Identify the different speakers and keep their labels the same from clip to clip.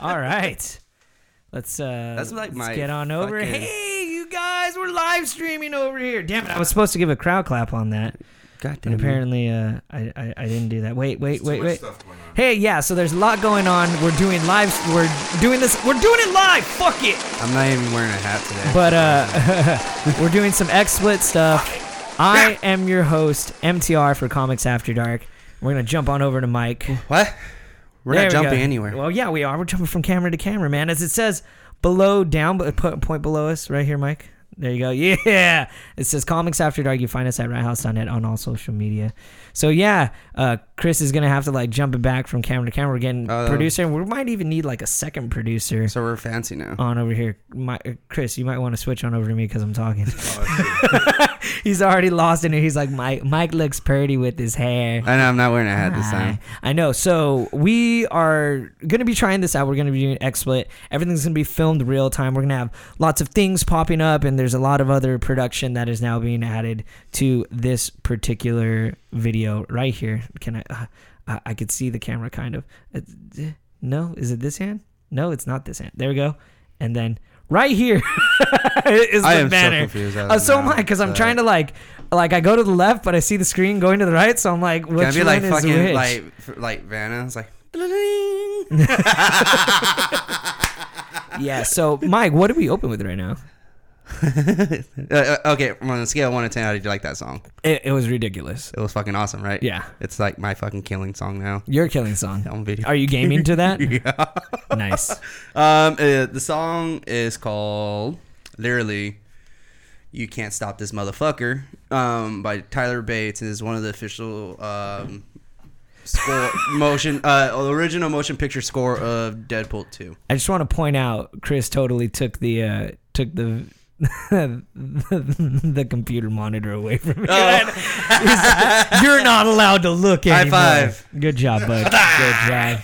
Speaker 1: All right. Let's uh
Speaker 2: That's like
Speaker 1: let's
Speaker 2: my
Speaker 1: get on over.
Speaker 2: fucking-
Speaker 1: Hey, you guys, we're live streaming over here. Damn it, I was supposed to give a crowd clap on that.
Speaker 2: God
Speaker 1: But
Speaker 2: damn it.
Speaker 1: apparently uh I, I I didn't do that. Wait,
Speaker 3: There's
Speaker 1: wait,
Speaker 3: too
Speaker 1: wait,
Speaker 3: much
Speaker 1: wait.
Speaker 3: stuff going on.
Speaker 1: Hey, yeah, so there's a lot going on. We're doing live we're doing this we're doing it live. Fuck it.
Speaker 2: I'm not even wearing a hat today.
Speaker 1: But uh, we're doing some X Split stuff. I am your host, MTR for Comics After Dark. We're gonna jump on over to Mike.
Speaker 2: what? We're
Speaker 1: There
Speaker 2: not
Speaker 1: we
Speaker 2: jumping
Speaker 1: go.
Speaker 2: anywhere.
Speaker 1: Well, yeah, we are. We're jumping from camera to camera, man. As it says below, down, but put point below us, right here, Mike. There you go. Yeah, it says Comics After Dark. You find us at RightHouse.net on all social media. So yeah, uh, Chris is gonna have to like jump it back from camera to camera. We're getting
Speaker 2: Oh,
Speaker 1: producer, and we might even need like a second producer
Speaker 2: so we're fancy now.
Speaker 1: on over here. My, uh, Chris, you might want to switch on over to me because I'm talking. he's already lost in it. He's like, Mike, Mike looks pretty with his hair.
Speaker 2: I know I'm not wearing a hat this time.
Speaker 1: I I know. So we are gonna be trying this out. We're gonna be doing X Split. Everything's gonna be filmed real time. We're gonna have lots of things popping up, and there's a lot of other production that is now being added to this particular video right here. Can I? Uh, I- I could see the camera kind of. Uh, d- no, is it this hand? No, it's not this hand. There we go. And then right here is the
Speaker 2: I am so
Speaker 1: banner.
Speaker 2: confused as
Speaker 1: Uh, so am
Speaker 2: now,
Speaker 1: I, because I'm
Speaker 2: but-
Speaker 1: trying to like, like I go to the left, but I see the screen going to the right, so I'm like, which
Speaker 2: Can I be like
Speaker 1: one is which?
Speaker 2: fucking like f- like Vanna? It's like
Speaker 1: yeah. So, Mike, what do we open with right now?
Speaker 2: uh, uh, okay. On a scale of one to ten, how did you like that song?
Speaker 1: It, it was ridiculous.
Speaker 2: It was fucking awesome, right?
Speaker 1: Yeah,
Speaker 2: It's like my fucking killing song now
Speaker 1: your killing song.
Speaker 2: on video.
Speaker 1: Are you gaming to that?
Speaker 2: yeah.
Speaker 1: nice.
Speaker 2: Um, uh, the song is called literally "You Can't Stop This Motherfucker" um, by Tyler Bates and is one of the official um, score motion uh, original motion picture score of Deadpool Two.
Speaker 1: I just want to point out, Chris totally took the uh, took the. the computer monitor away from me. He's- You're not allowed to look
Speaker 2: Oh. High
Speaker 1: anymore.
Speaker 2: five.
Speaker 1: Good job, bud. Good job.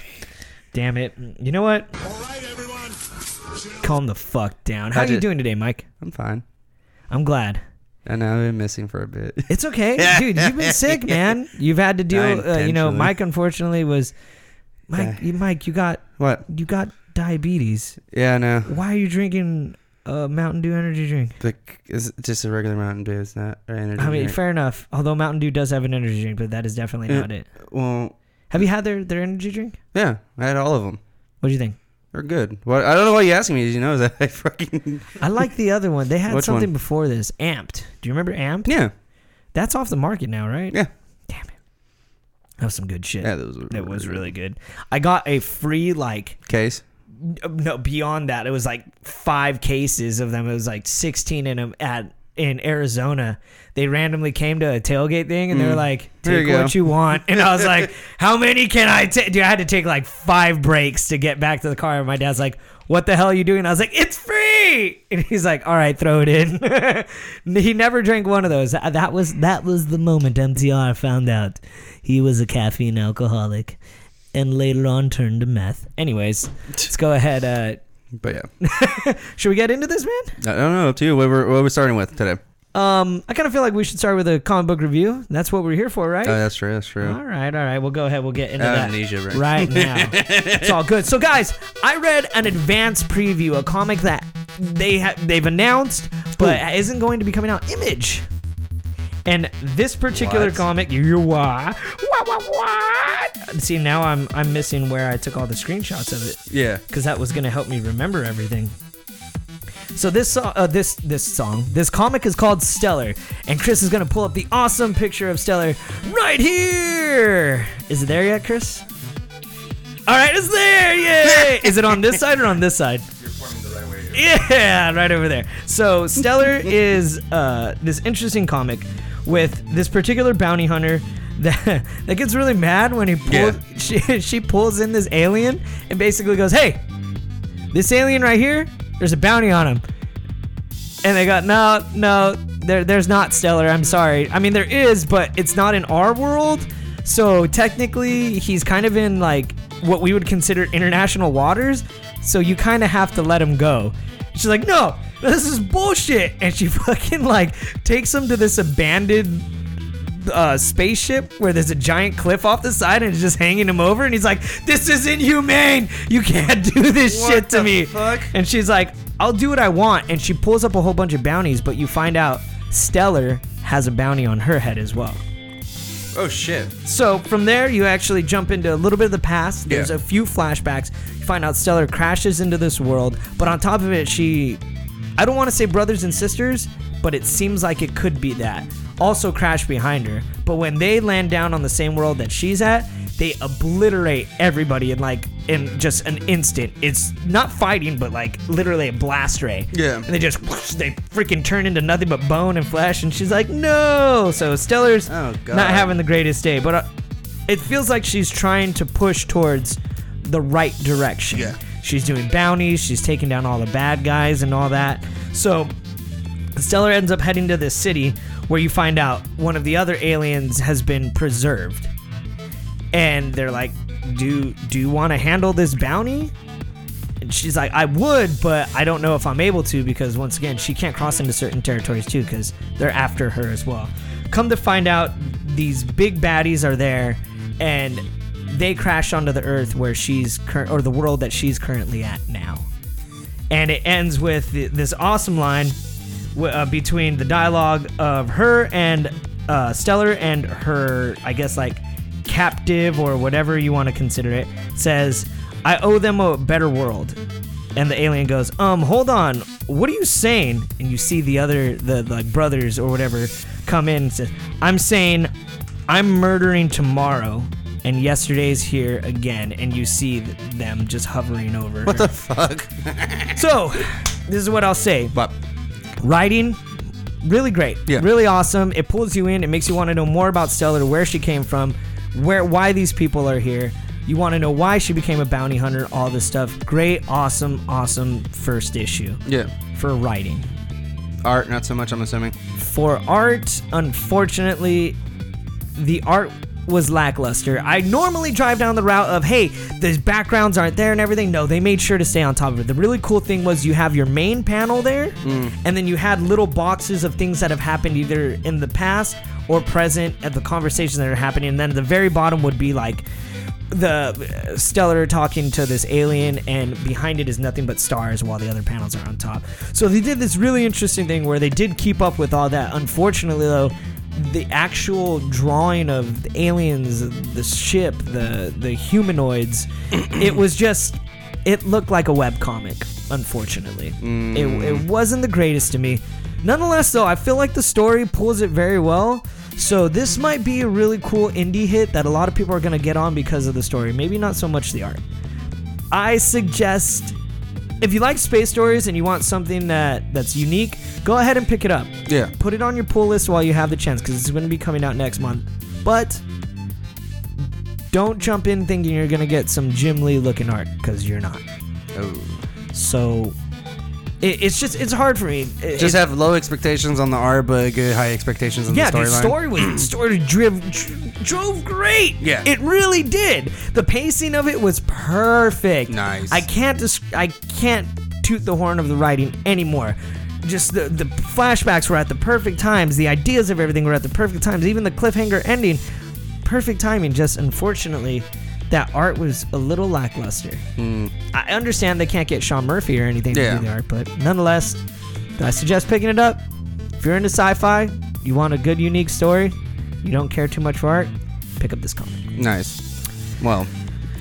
Speaker 1: Damn it. You know what?
Speaker 3: All right, everyone.
Speaker 1: Calm the fuck down. How
Speaker 2: I
Speaker 1: are you
Speaker 2: did-
Speaker 1: doing today, Mike?
Speaker 2: I'm fine.
Speaker 1: I'm glad.
Speaker 2: I know I've been missing for a bit.
Speaker 1: It's okay,
Speaker 2: Yeah.
Speaker 1: dude. You've been sick, man. You've had to deal.
Speaker 2: Not
Speaker 1: Uh, you know,
Speaker 2: intentionally.
Speaker 1: Mike unfortunately was. Mike, you, Mike, you got
Speaker 2: What?
Speaker 1: you got diabetes.
Speaker 2: Yeah, I know.
Speaker 1: Why are you drinking a Mountain Dew energy drink?
Speaker 2: But it's just a regular Mountain Dew. It's not an energy.
Speaker 1: I mean,
Speaker 2: drink.
Speaker 1: fair enough. Although Mountain Dew does have an energy drink, but that is definitely
Speaker 2: Yeah.
Speaker 1: not it.
Speaker 2: well,
Speaker 1: Have you had their their energy drink?
Speaker 2: yeah, I had all of them.
Speaker 1: What do you think?
Speaker 2: They're good. What? I don't know why you asking me. Did you know that I fucking
Speaker 1: I like the other one. They had
Speaker 2: Which
Speaker 1: something
Speaker 2: one?
Speaker 1: before this. Amped. Do you remember Amped?
Speaker 2: yeah
Speaker 1: That's off the market now, right?
Speaker 2: yeah
Speaker 1: Damn it. That was some good shit.
Speaker 2: yeah that was
Speaker 1: that was really good. I got a free like
Speaker 2: case.
Speaker 1: no beyond that it was like five cases of them it was like 16 in them at in arizona they randomly came to a tailgate thing
Speaker 2: Mm.
Speaker 1: and they were like
Speaker 2: Here you
Speaker 1: take
Speaker 2: go.
Speaker 1: what you want and i was like how many can i take dude i had to take like five breaks to get back to the car and my dad's like what the hell are you doing i was like it's free and he's like all right throw it in he never drank one of those Uh, that that was that was the moment mtr found out he was a caffeine alcoholic and later on turned to meth. Anyways, let's go ahead. Uh,
Speaker 2: But yeah,
Speaker 1: should we get into this, man?
Speaker 2: I don't know. Up to you. What we're what we're starting with today?
Speaker 1: Um, I kind of feel like we should start with a comic book review. That's what we're here for, right?
Speaker 2: Oh, that's true. That's true.
Speaker 1: all right, all right. We'll go ahead. We'll get into that.
Speaker 2: Amnesia, right?
Speaker 1: right now. it's all good. So, guys, I read an advance preview, a comic that they ha- they've announced, but isn't going to be coming out. Image. And this particular
Speaker 2: What?
Speaker 1: comic, you you- why? What, what, what? See, now I'm I'm missing where I took all the screenshots of it
Speaker 2: Yeah.
Speaker 1: because that was going to help me remember everything. So this so- uh, this this song, this comic is called Stellar, and Chris is going to pull up the awesome picture of Stellar right here. Is it there yet, Chris? All right, it's there! Yay! is it on this side or on this side?
Speaker 3: You're pointing the right way. Here.
Speaker 1: Yeah, right over there. So Stellar is uh, this interesting comic with this particular bounty hunter that that gets really mad when he pulls
Speaker 2: Yeah.
Speaker 1: she, she pulls in this alien and basically goes, "Hey, this alien right here, there's a bounty on him." And they go, "No, no, there, there's not Stellar. I'm sorry. I mean, there is, but it's not in our world. So technically, he's kind of in like what we would consider international waters. So you kind of have to let him go." She's like, "No, this is bullshit," and she fucking like takes him to this abandoned uh, spaceship where there's a giant cliff off the side and it's just hanging him over, and he's like, "This is inhumane! You can't do this
Speaker 2: What
Speaker 1: shit to
Speaker 2: the
Speaker 1: me!"
Speaker 2: fuck?
Speaker 1: And she's like, "I'll do what I want," and she pulls up a whole bunch of bounties, but you find out Stellar has a bounty on her head as well.
Speaker 2: Oh shit.
Speaker 1: So from there, you actually jump into a little bit of the past. There's
Speaker 2: Yeah.
Speaker 1: a few flashbacks. You find out Stellar crashes into this world, but on top of it, she. I don't want to say brothers and sisters, but it seems like it could be that. Also crash behind her. But when they land down on the same world that she's at, they obliterate everybody in like in just an instant. It's not fighting, but like literally a blast ray.
Speaker 2: Yeah.
Speaker 1: And they just they freaking turn into nothing but bone and flesh. And she's like, no. So Stellar's
Speaker 2: Oh, God.
Speaker 1: not having the greatest day, but uh, it feels like she's trying to push towards the right direction.
Speaker 2: Yeah.
Speaker 1: She's doing bounties, she's taking down all the bad guys and all that. So Stellar ends up heading to this city where you find out one of the other aliens has been preserved. And they're like, "Do do you want to handle this bounty?" And she's like, I would, but I don't know if I'm able to because once again, she can't cross into certain territories too because they're after her as well. Come to find out, these big baddies are there, and they crash onto the Earth where she's cur- or the world that she's currently at now. And it ends with th- this awesome line w- uh, between the dialogue of her and uh, Stellar and her, I guess, like captive or whatever you want to consider it, says, I owe them a better world. And the alien goes, um, hold on, what are you saying? And you see the other, the like brothers or whatever, come in and says, I'm saying, I'm murdering tomorrow, and yesterday's here again. And you see th- them just hovering over. What the
Speaker 2: Fuck.
Speaker 1: So, this is what I'll say
Speaker 2: But
Speaker 1: writing really great
Speaker 2: Yeah.
Speaker 1: really awesome it pulls you in it makes you want to know more about stellar where she came from where why these people are here you want to know why she became a bounty hunter all this stuff great awesome awesome first issue
Speaker 2: yeah,
Speaker 1: for writing
Speaker 2: art not so much. I'm assuming.
Speaker 1: for art unfortunately the art was lackluster i normally drive down the route of hey the backgrounds aren't there and everything no they made sure to stay on top of it the really cool thing was you have your main panel there and then you had little boxes of things that have happened either in the past or present at the conversations that are happening and then the very bottom would be like the uh, stellar talking to this alien and behind it is nothing but stars while the other panels are on top so they did this really interesting thing where they did keep up with all that unfortunately though the actual drawing of the aliens the ship the the humanoids it was just it looked like a webcomic unfortunately it,
Speaker 2: Mm,
Speaker 1: it wasn't the greatest to me nonetheless though i feel like the story pulls it very well so this might be a really cool indie hit that a lot of people are going to get on because of the story maybe not so much the art i suggest if you like space stories and you want something that that's unique go ahead and pick it up
Speaker 2: Yeah.
Speaker 1: put it on your pull list while you have the chance because it's going to be coming out next month. But don't jump in thinking you're going to get some Jim Lee looking art because you're not.
Speaker 2: Oh.
Speaker 1: So it, it's just it's hard for me. It-
Speaker 2: Just
Speaker 1: it-
Speaker 2: have low expectations on the art, but good high expectations on
Speaker 1: yeah,
Speaker 2: the
Speaker 1: dude,
Speaker 2: storyline.
Speaker 1: story was story driv, dr- drove great.
Speaker 2: Yeah.
Speaker 1: it really did. The pacing of it was perfect.
Speaker 2: Nice.
Speaker 1: I can't dis- I can't toot the horn of the writing anymore. Just the the flashbacks were at the perfect times. The ideas of everything were at the perfect times. Even the cliffhanger ending, perfect timing. Just unfortunately, that art was a little lackluster.
Speaker 2: Mm,
Speaker 1: I understand they can't get Sean Murphy or anything to
Speaker 2: Yeah.
Speaker 1: do the art, but nonetheless, I suggest picking it up. If you're into sci-fi, you want a good, unique story, you don't care too much for art, pick up this comic.
Speaker 2: Nice. Well,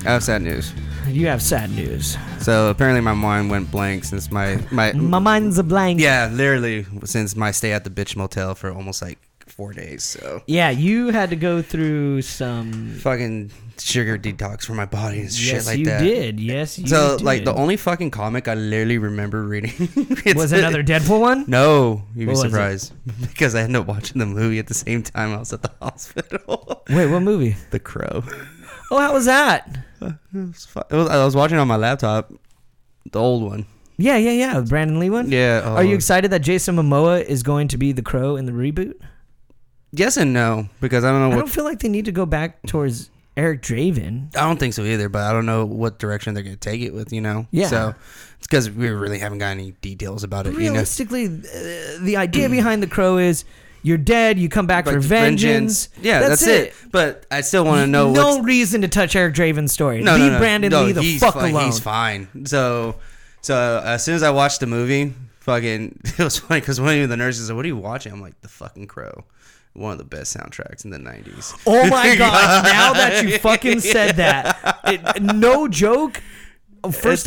Speaker 2: I have sad news.
Speaker 1: You have sad news.
Speaker 2: So apparently my mind went blank since my my
Speaker 1: My mind's a blank.
Speaker 2: yeah literally since my stay at the bitch motel for almost like four days. So
Speaker 1: Yeah, you had to go through some.
Speaker 2: fucking sugar detox for my body and shit
Speaker 1: yes,
Speaker 2: like
Speaker 1: you
Speaker 2: that.
Speaker 1: did. Yes, you
Speaker 2: So like the
Speaker 1: did.
Speaker 2: only fucking comic I literally remember reading it's-
Speaker 1: was another Deadpool one.
Speaker 2: No, you'd be
Speaker 1: What was it?
Speaker 2: surprised because I ended up watching the movie at the same time I was at the hospital.
Speaker 1: Wait, what movie?
Speaker 2: the Crow.
Speaker 1: Oh, how was that?
Speaker 2: It was fu- it was- I was watching it on my laptop, the old one.
Speaker 1: Yeah, yeah, yeah. The Brandon Lee one.
Speaker 2: Yeah.
Speaker 1: Are you
Speaker 2: uh,
Speaker 1: excited that Jason Momoa is going to be the Crow in the reboot?
Speaker 2: Yes and no, because I don't know
Speaker 1: I
Speaker 2: what. I
Speaker 1: don't
Speaker 2: don't,
Speaker 1: feel like they need to go back towards Eric Draven.
Speaker 2: think so either, but I don't know what direction they're gonna take it with. You know.
Speaker 1: Yeah.
Speaker 2: So it's because we really haven't got any details about it. You know.
Speaker 1: Realistically, uh, the idea behind the Crow is You're dead. You come back
Speaker 2: Like
Speaker 1: for vengeance.
Speaker 2: Yeah, that's, it. But I still want to know
Speaker 1: no
Speaker 2: what's
Speaker 1: reason to touch Eric Draven's story.
Speaker 2: no,
Speaker 1: Leave
Speaker 2: no, no,
Speaker 1: Brandon
Speaker 2: no,
Speaker 1: Lee the
Speaker 2: he's
Speaker 1: fuck
Speaker 2: fine,
Speaker 1: alone.
Speaker 2: He's fine. So, so uh, as soon as I watched the movie, fucking, it was funny because one of the nurses said, "What are you watching?" I'm like, "The fucking Crow." One of the best soundtracks in the '90s.
Speaker 1: Oh my god! Now that you fucking said that, it, no joke. First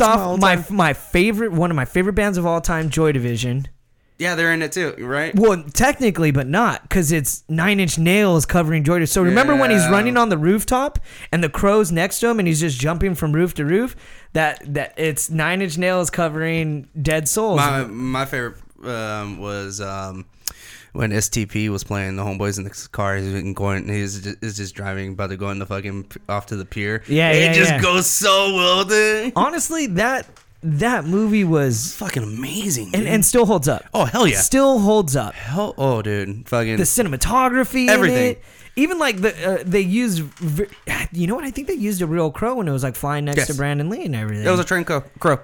Speaker 2: It's my
Speaker 1: off, my
Speaker 2: all-time-
Speaker 1: my favorite one of my favorite bands of all time, Joy Division.
Speaker 2: Yeah, they're in it too, right?
Speaker 1: Well, technically, but not because it's Nine Inch Nails covering Joy Division. So remember when he's
Speaker 2: Yeah.
Speaker 1: running on the rooftop and the crow's next to him and he's just jumping from roof to roof? That that it's Nine Inch Nails covering Dead Souls.
Speaker 2: My my favorite um, was um, when STP was playing the homeboys in the car. He's been going. He's just, is just driving, about to go on the fucking p- off to the pier.
Speaker 1: Yeah,
Speaker 2: it
Speaker 1: yeah,
Speaker 2: just
Speaker 1: yeah.
Speaker 2: goes so well, dude.
Speaker 1: Honestly, that that movie was
Speaker 2: It's fucking amazing.
Speaker 1: and,
Speaker 2: dude.
Speaker 1: and still holds up.
Speaker 2: oh hell yeah.
Speaker 1: Still holds up.
Speaker 2: Hell, oh, dude, fucking
Speaker 1: the cinematography,
Speaker 2: Everything.
Speaker 1: in it. even like the uh, they used, v- you know what? I think they used a real crow when it was like flying next
Speaker 2: Yes.
Speaker 1: to Brandon Lee and everything.
Speaker 2: It was a train co- crow.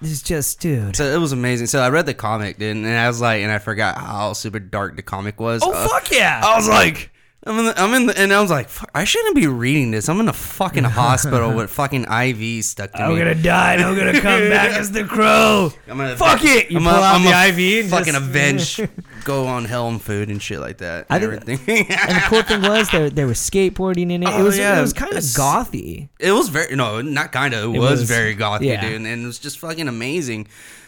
Speaker 1: it's just dude.
Speaker 2: So it was amazing. So I read the comic, dude, and I was like, and I forgot how super dark the comic was.
Speaker 1: Oh
Speaker 2: Uh,
Speaker 1: fuck yeah!
Speaker 2: I was like, I'm in, the, I'm in, the, and I was like, fuck, I shouldn't be reading this. I'm in a fucking hospital with fucking IV stuck to
Speaker 1: I'm
Speaker 2: me.
Speaker 1: gonna die and I'm gonna come back as the crow.
Speaker 2: I'm gonna
Speaker 1: Fuck it! You
Speaker 2: I'm
Speaker 1: pull out
Speaker 2: I'm
Speaker 1: the IV and
Speaker 2: fucking
Speaker 1: just-
Speaker 2: avenge, go on hell and food and shit like that.
Speaker 1: I
Speaker 2: And
Speaker 1: think-
Speaker 2: everything.
Speaker 1: And the cool thing was there there was skateboarding in it. it
Speaker 2: Oh,
Speaker 1: was
Speaker 2: yeah.
Speaker 1: it was kind of
Speaker 2: It's-
Speaker 1: gothy.
Speaker 2: It was very no, not kind of. It, was,
Speaker 1: was-
Speaker 2: very gothy,
Speaker 1: yeah.
Speaker 2: dude, and it was just fucking amazing.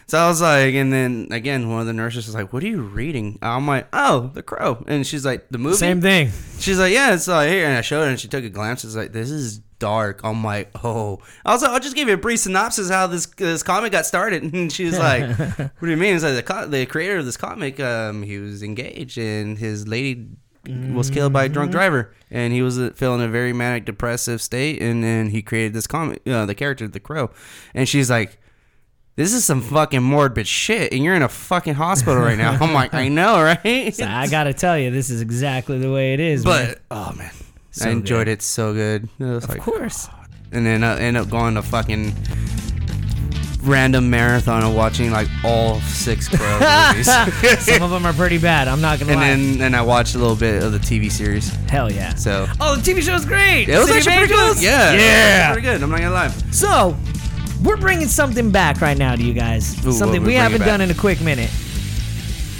Speaker 2: So I was like, and then again, one of the nurses was like, "What are you reading?" I'm like, "Oh, The Crow," and she's like, "The movie."
Speaker 1: Same thing.
Speaker 2: She's like, "Yeah, it's like here," and I showed her, and she took a glance. It's like, "This is dark." I'm like, "Oh," I was like, "I'll just give you a brief synopsis how this this comic got started." And she was like, "What do you mean?" It's like the co- the creator of this comic, um, he was engaged, and his lady was killed by a drunk driver, and he was uh, feeling a very manic depressive state, and then he created this comic, uh, the character the crow, and she's like. This is some fucking morbid shit, and you're in a fucking hospital right now. I'm like, I know, right?
Speaker 1: So I gotta tell you, this is exactly the way it is. man.
Speaker 2: But oh man, I
Speaker 1: So
Speaker 2: enjoyed it so good. It was
Speaker 1: of
Speaker 2: like,
Speaker 1: course,
Speaker 2: and then I end up going to fucking random marathon of watching like all six Crow movies,
Speaker 1: some of them are pretty bad. I'm not gonna
Speaker 2: and
Speaker 1: lie.
Speaker 2: then and I watched a little bit of the TV series.
Speaker 1: Hell yeah.
Speaker 2: So
Speaker 1: Oh, the TV show's great.
Speaker 2: it was
Speaker 1: City of
Speaker 2: actually pretty
Speaker 1: Angels?
Speaker 2: good. Yeah,
Speaker 1: Yeah.
Speaker 2: it was pretty good. I'm not gonna lie.
Speaker 1: So, we're bringing something back right now to you guys.
Speaker 2: Ooh,
Speaker 1: something
Speaker 2: what we
Speaker 1: we
Speaker 2: bringing
Speaker 1: haven't
Speaker 2: back?
Speaker 1: done in a quick minute.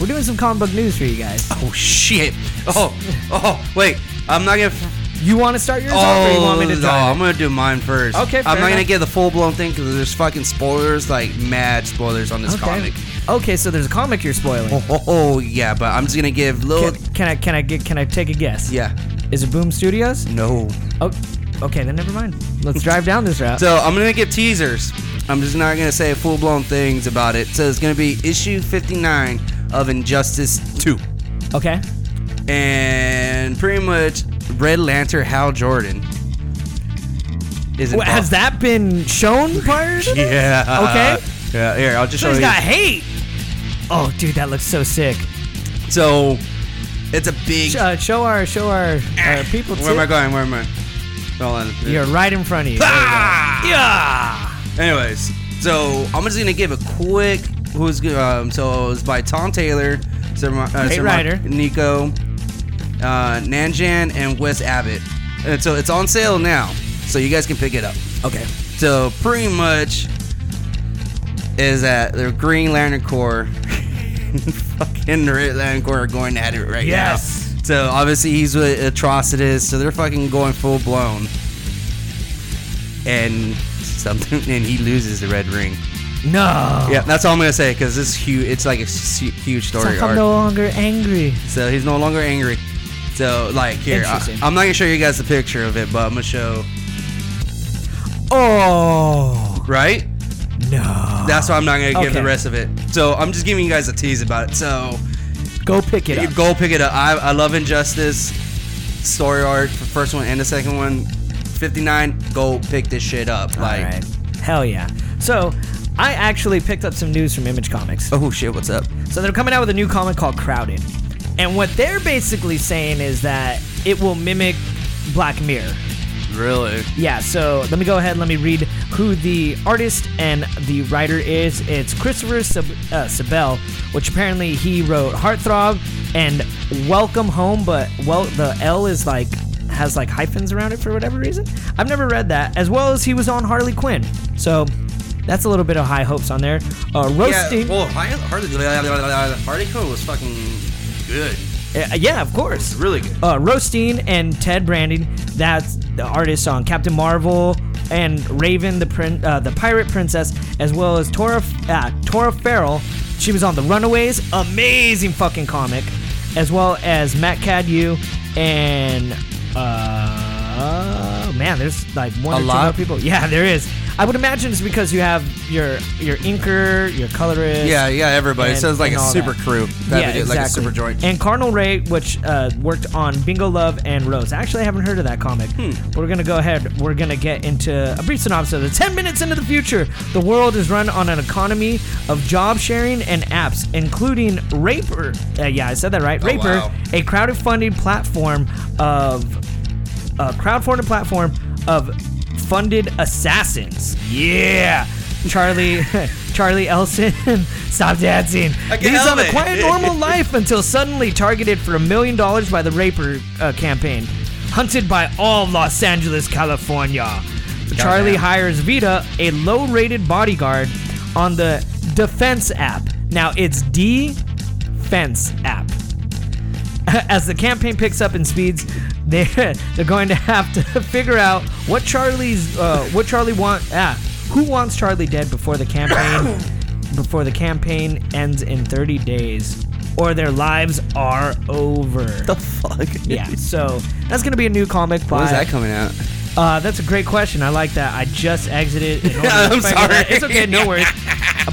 Speaker 1: We're doing some comic book news for you guys.
Speaker 2: Oh shit. Oh oh wait, I'm not gonna.
Speaker 1: You want to start yours off, or you
Speaker 2: Oh,
Speaker 1: want me to
Speaker 2: no, I'm
Speaker 1: drive?
Speaker 2: gonna do mine first.
Speaker 1: Okay,
Speaker 2: I'm
Speaker 1: fair
Speaker 2: not gonna
Speaker 1: enough.
Speaker 2: get the full blown thing because there's fucking spoilers, like mad spoilers on this
Speaker 1: okay.
Speaker 2: comic.
Speaker 1: okay, so there's a comic you're spoiling.
Speaker 2: Oh, oh, oh, yeah, but I'm just gonna give little.
Speaker 1: Can, can I can I get can I take a guess?
Speaker 2: Oh. Yeah. Mm.
Speaker 1: Is it Boom Studios?
Speaker 2: No.
Speaker 1: Oh, okay, then never mind. Let's drive down this route.
Speaker 2: So I'm gonna give teasers. I'm just not gonna say full blown things about it. So it's gonna be issue 59 of Injustice 2,
Speaker 1: okay.
Speaker 2: and pretty much Red Lantern Hal Jordan is
Speaker 1: Well,
Speaker 2: involved.
Speaker 1: has that been shown prior to this?
Speaker 2: Yeah.
Speaker 1: Okay.
Speaker 2: Yeah. Here, I'll just
Speaker 1: So
Speaker 2: show
Speaker 1: he's
Speaker 2: you.
Speaker 1: got hate. Oh, dude, that looks so sick.
Speaker 2: so it's a big.
Speaker 1: Sh- Uh, show our show our, our people.
Speaker 2: Ah. Where am I
Speaker 1: too.
Speaker 2: going? Where am I? Hold on.
Speaker 1: You're right in front of you. There you go.
Speaker 2: Ah. Anyways, so I'm just gonna give a quick who's go- um so it was by Tom Taylor, Sir, Ma- uh,
Speaker 1: Hey,
Speaker 2: Sir Ma-
Speaker 1: Ryder.
Speaker 2: Nico, uh, Nanjan, and Wes Abbott. And so it's on sale now, so you guys can pick it up.
Speaker 1: Okay.
Speaker 2: So pretty much is that the Green Lantern Corps, fucking Red Lantern Corps are going at it right
Speaker 1: Yes.
Speaker 2: now. So obviously he's with Atrocitus, so they're fucking going full blown. And something, and he loses the red ring.
Speaker 1: No.
Speaker 2: Yeah, that's all I'm gonna say because this huge. It's like a su- huge
Speaker 1: So
Speaker 2: story
Speaker 1: I'm
Speaker 2: arc.
Speaker 1: no longer angry.
Speaker 2: So he's no longer angry. So like here, I,
Speaker 1: Interesting.
Speaker 2: I'm not gonna show you guys the picture of it, but I'm gonna show
Speaker 1: Oh
Speaker 2: right.
Speaker 1: no.
Speaker 2: That's why I'm not gonna give
Speaker 1: Ah. Okay.
Speaker 2: the rest of it. So I'm just giving you guys a tease about it. So
Speaker 1: Go pick it
Speaker 2: you
Speaker 1: up.
Speaker 2: go pick it up. I, I love Injustice story arc, the first one and the second one. 59. Go pick this shit up. Like
Speaker 1: Alright. Hell yeah. So I actually picked up some news from Image Comics.
Speaker 2: oh shit, what's up?
Speaker 1: So they're coming out with a new comic called Crowded. And what they're basically saying is that it will mimic Black Mirror.
Speaker 2: Really?
Speaker 1: Yeah, so let me go ahead. Let me read who the artist and the writer is. It's Christopher Sab- uh, Sabel, which apparently he wrote "Heartthrob" and "Welcome Home," but well, the L is like has like hyphens around it for whatever reason. I've never read that. As well as he was on Harley Quinn, so that's a little bit of high hopes on there. Uh, roasting,
Speaker 2: Yeah. Well, Har- Harley, Harley Quinn was fucking good.
Speaker 1: Uh, yeah, of course.
Speaker 2: Really good.
Speaker 1: uh, Rostein and Ted Branding. That's the artist on Captain Marvel and Raven, the prin- uh, the Pirate Princess, as well as Tora uh, Tora Farrell. She was on The Runaways, amazing fucking comic, as well as Matt Cadu and uh, man, there's like one
Speaker 2: A
Speaker 1: or two
Speaker 2: lot?
Speaker 1: more people. Yeah, there is. I would imagine it's because you have your your inker, your colorist.
Speaker 2: Yeah, yeah, everybody.
Speaker 1: and-
Speaker 2: it sounds like
Speaker 1: and
Speaker 2: a
Speaker 1: all
Speaker 2: super
Speaker 1: that.
Speaker 2: crew. That
Speaker 1: yeah,
Speaker 2: would do,
Speaker 1: exactly.
Speaker 2: Like a super joint.
Speaker 1: And Cardinal Ray, which uh, worked on Bingo Love and Rose. Actually, I haven't heard of that comic.
Speaker 2: Hmm.
Speaker 1: We're gonna go ahead. We're gonna get into a brief synopsis. Of the Ten minutes into the future, the world is run on an economy of job sharing and apps, including Raper. Uh, yeah, I said that right. Raper,
Speaker 2: Oh, wow.
Speaker 1: a crowdfunding platform of a crowdfunded platform of funded assassins. Yeah. Charlie Charlie Elson, stop dancing.
Speaker 2: I can
Speaker 1: Leads
Speaker 2: help
Speaker 1: on a
Speaker 2: it.
Speaker 1: quiet normal life until suddenly targeted for a million dollars by the Raper uh, campaign. Hunted by all Los Angeles, California. Charlie hires Vita, a low rated bodyguard, on the Defense app. Now it's D Fence app as the campaign picks up in speeds, they they're going to have to figure out what Charlie's uh, what Charlie want ah who wants Charlie dead before the campaign before the campaign ends in 30 days or their lives are over.
Speaker 2: the fuck?
Speaker 1: yeah, so that's gonna be a new comic by.
Speaker 2: When is that coming out?
Speaker 1: Uh, that's a great question. I like that. I just exited. in order to
Speaker 2: I'm
Speaker 1: figure that-
Speaker 2: sorry.
Speaker 1: It's okay. No worries.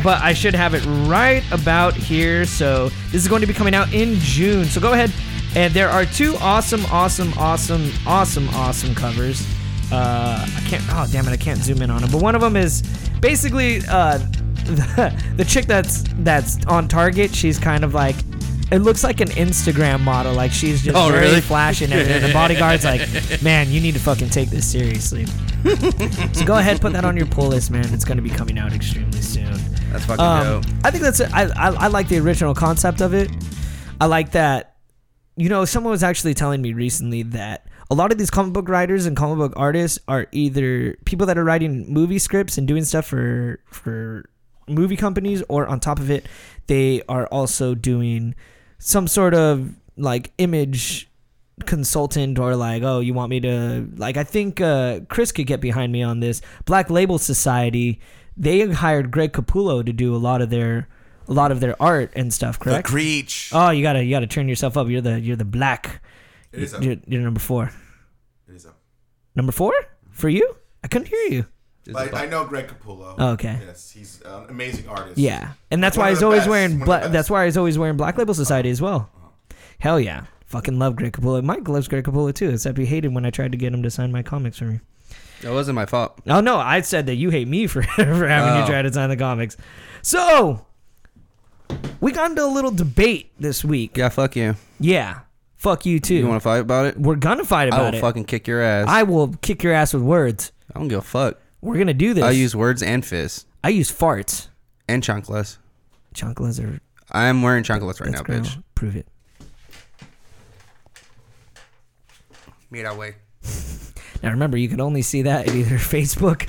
Speaker 1: but I should have it right about here. So this is going to be coming out in June. So go ahead. And there are two awesome, awesome, awesome, awesome, awesome covers. Uh, I can't. Oh damn it! I can't zoom in on them. But one of them is basically uh, the, the chick that's that's on Target. She's kind of like. It looks like an Instagram model. Like she's just
Speaker 2: Oh,
Speaker 1: very
Speaker 2: really?
Speaker 1: flash and everything. The bodyguard's like, man, you need to fucking take this seriously. so go ahead, put that on your pull list, man. It's gonna be coming out extremely soon.
Speaker 2: That's fucking
Speaker 1: Um,
Speaker 2: dope.
Speaker 1: I think that's it. I, I I like the original concept of it. I like that. You know, someone was actually telling me recently that a lot of these comic book writers and comic book artists are either people that are writing movie scripts and doing stuff for for movie companies, or on top of it, they are also doing some sort of like image consultant or like oh you want me to like i think uh chris could get behind me on this black label society they hired greg capullo to do a lot of their a lot of their art and stuff correct
Speaker 4: Creech.
Speaker 1: oh you gotta you gotta turn yourself up you're the you're the black
Speaker 4: It is up.
Speaker 1: you're, you're number four
Speaker 4: It is up.
Speaker 1: number four for you i couldn't hear you
Speaker 4: But I, I know Greg Capullo.
Speaker 1: Oh, okay.
Speaker 4: Yes, he's an amazing artist.
Speaker 1: yeah and that's
Speaker 4: One
Speaker 1: why
Speaker 4: of
Speaker 1: he's
Speaker 4: the
Speaker 1: always
Speaker 4: best.
Speaker 1: wearing
Speaker 4: One of the
Speaker 1: black
Speaker 4: best.
Speaker 1: that's why he's always wearing black label society as well hell yeah fucking love greg capullo mike loves greg capullo too except he hated when i tried to get him to sign my comics for me
Speaker 2: That wasn't my fault.
Speaker 1: Oh no, I said that you hate me for for having you
Speaker 2: Oh.
Speaker 1: try to sign the comics. So we got into a little debate this week.
Speaker 2: Yeah, fuck you.
Speaker 1: Yeah. Fuck you too.
Speaker 2: You want to fight about it?
Speaker 1: We're gonna fight
Speaker 2: I
Speaker 1: about
Speaker 2: will
Speaker 1: it.
Speaker 2: fucking kick your ass. I,
Speaker 1: I will kick your ass with words.
Speaker 2: don't give a fuck.
Speaker 1: We're gonna do this.
Speaker 2: I use words and fists
Speaker 1: I use farts.
Speaker 2: and chanclas.
Speaker 1: Chunk lizard.
Speaker 2: I am wearing chanclas right now,
Speaker 1: Let's growl.
Speaker 2: bitch.
Speaker 1: Prove it.
Speaker 2: Mira, that way.
Speaker 1: Now remember, you can only see that at either Facebook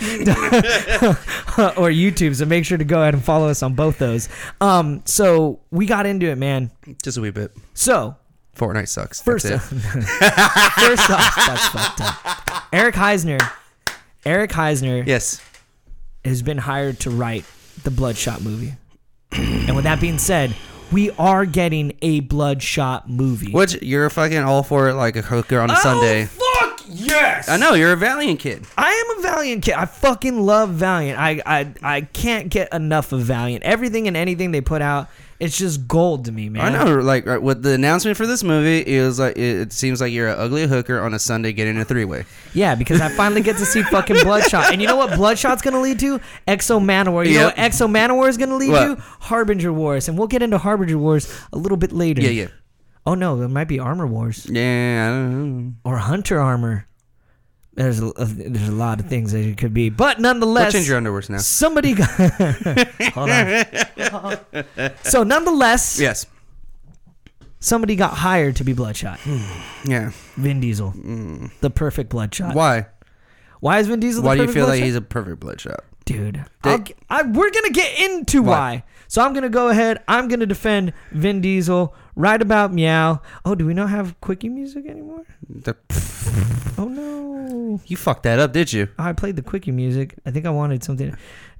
Speaker 1: or YouTube. So make sure to go ahead and follow us on both those. Um, so we got into it, man.
Speaker 2: Just a wee bit.
Speaker 1: So
Speaker 2: Fortnite sucks.
Speaker 1: First
Speaker 2: That's it.
Speaker 1: off, first off, that's fucked up. Eric Heisner, Eric Heisner
Speaker 2: Yes.
Speaker 1: has been hired to write the Bloodshot movie. and with that being said, we are getting a Bloodshot movie.
Speaker 2: Which you're fucking all for it like a hooker
Speaker 1: Oh!
Speaker 2: on a Sunday.
Speaker 1: Fuck yes!
Speaker 2: I know you're a valiant kid.
Speaker 1: I am a Valiant kid. I fucking love Valiant. I I I can't get enough of Valiant. Everything and anything they put out, it's just gold to me, man.
Speaker 2: I know. Like right, with the announcement for this movie, it was like it, it seems like you're an ugly hooker on a Sunday getting a three way.
Speaker 1: Yeah, because I finally get to see fucking Bloodshot. And you know what Bloodshot's going to lead to? Exo Manowar. You know what
Speaker 2: Yep.
Speaker 1: Exo Manowar is going to lead
Speaker 2: What?
Speaker 1: to? Harbinger Wars. And we'll get into Harbinger Wars a little bit later.
Speaker 2: Yeah, yeah,
Speaker 1: Oh, no, there might be Armor Wars
Speaker 2: yeah. I don't know.
Speaker 1: or Hunter Armor. There's a, there's a lot of things that it could be, but nonetheless,
Speaker 2: Let's change your underwear now.
Speaker 1: somebody got. hold on. so nonetheless,
Speaker 2: Yes.
Speaker 1: somebody got hired to be Bloodshot.
Speaker 2: Hmm. Yeah.
Speaker 1: Vin Diesel, the perfect Bloodshot. Why,
Speaker 2: Hmm. Why?
Speaker 1: is Vin Diesel? Uh, The
Speaker 2: Why do you
Speaker 1: perfect
Speaker 2: feel
Speaker 1: bloodshot?
Speaker 2: like he's a perfect bloodshot?
Speaker 1: dude. I'll
Speaker 2: Dick.
Speaker 1: g- I, we're gonna get into why.
Speaker 2: Why?
Speaker 1: So I'm gonna go ahead. I'm gonna defend Vin Diesel. Right about meow. Oh, do we not have quickie music anymore?
Speaker 2: The-
Speaker 1: Oh no, Oh,
Speaker 2: you fucked that up, did you?
Speaker 1: I played the quickie music. I think I wanted something.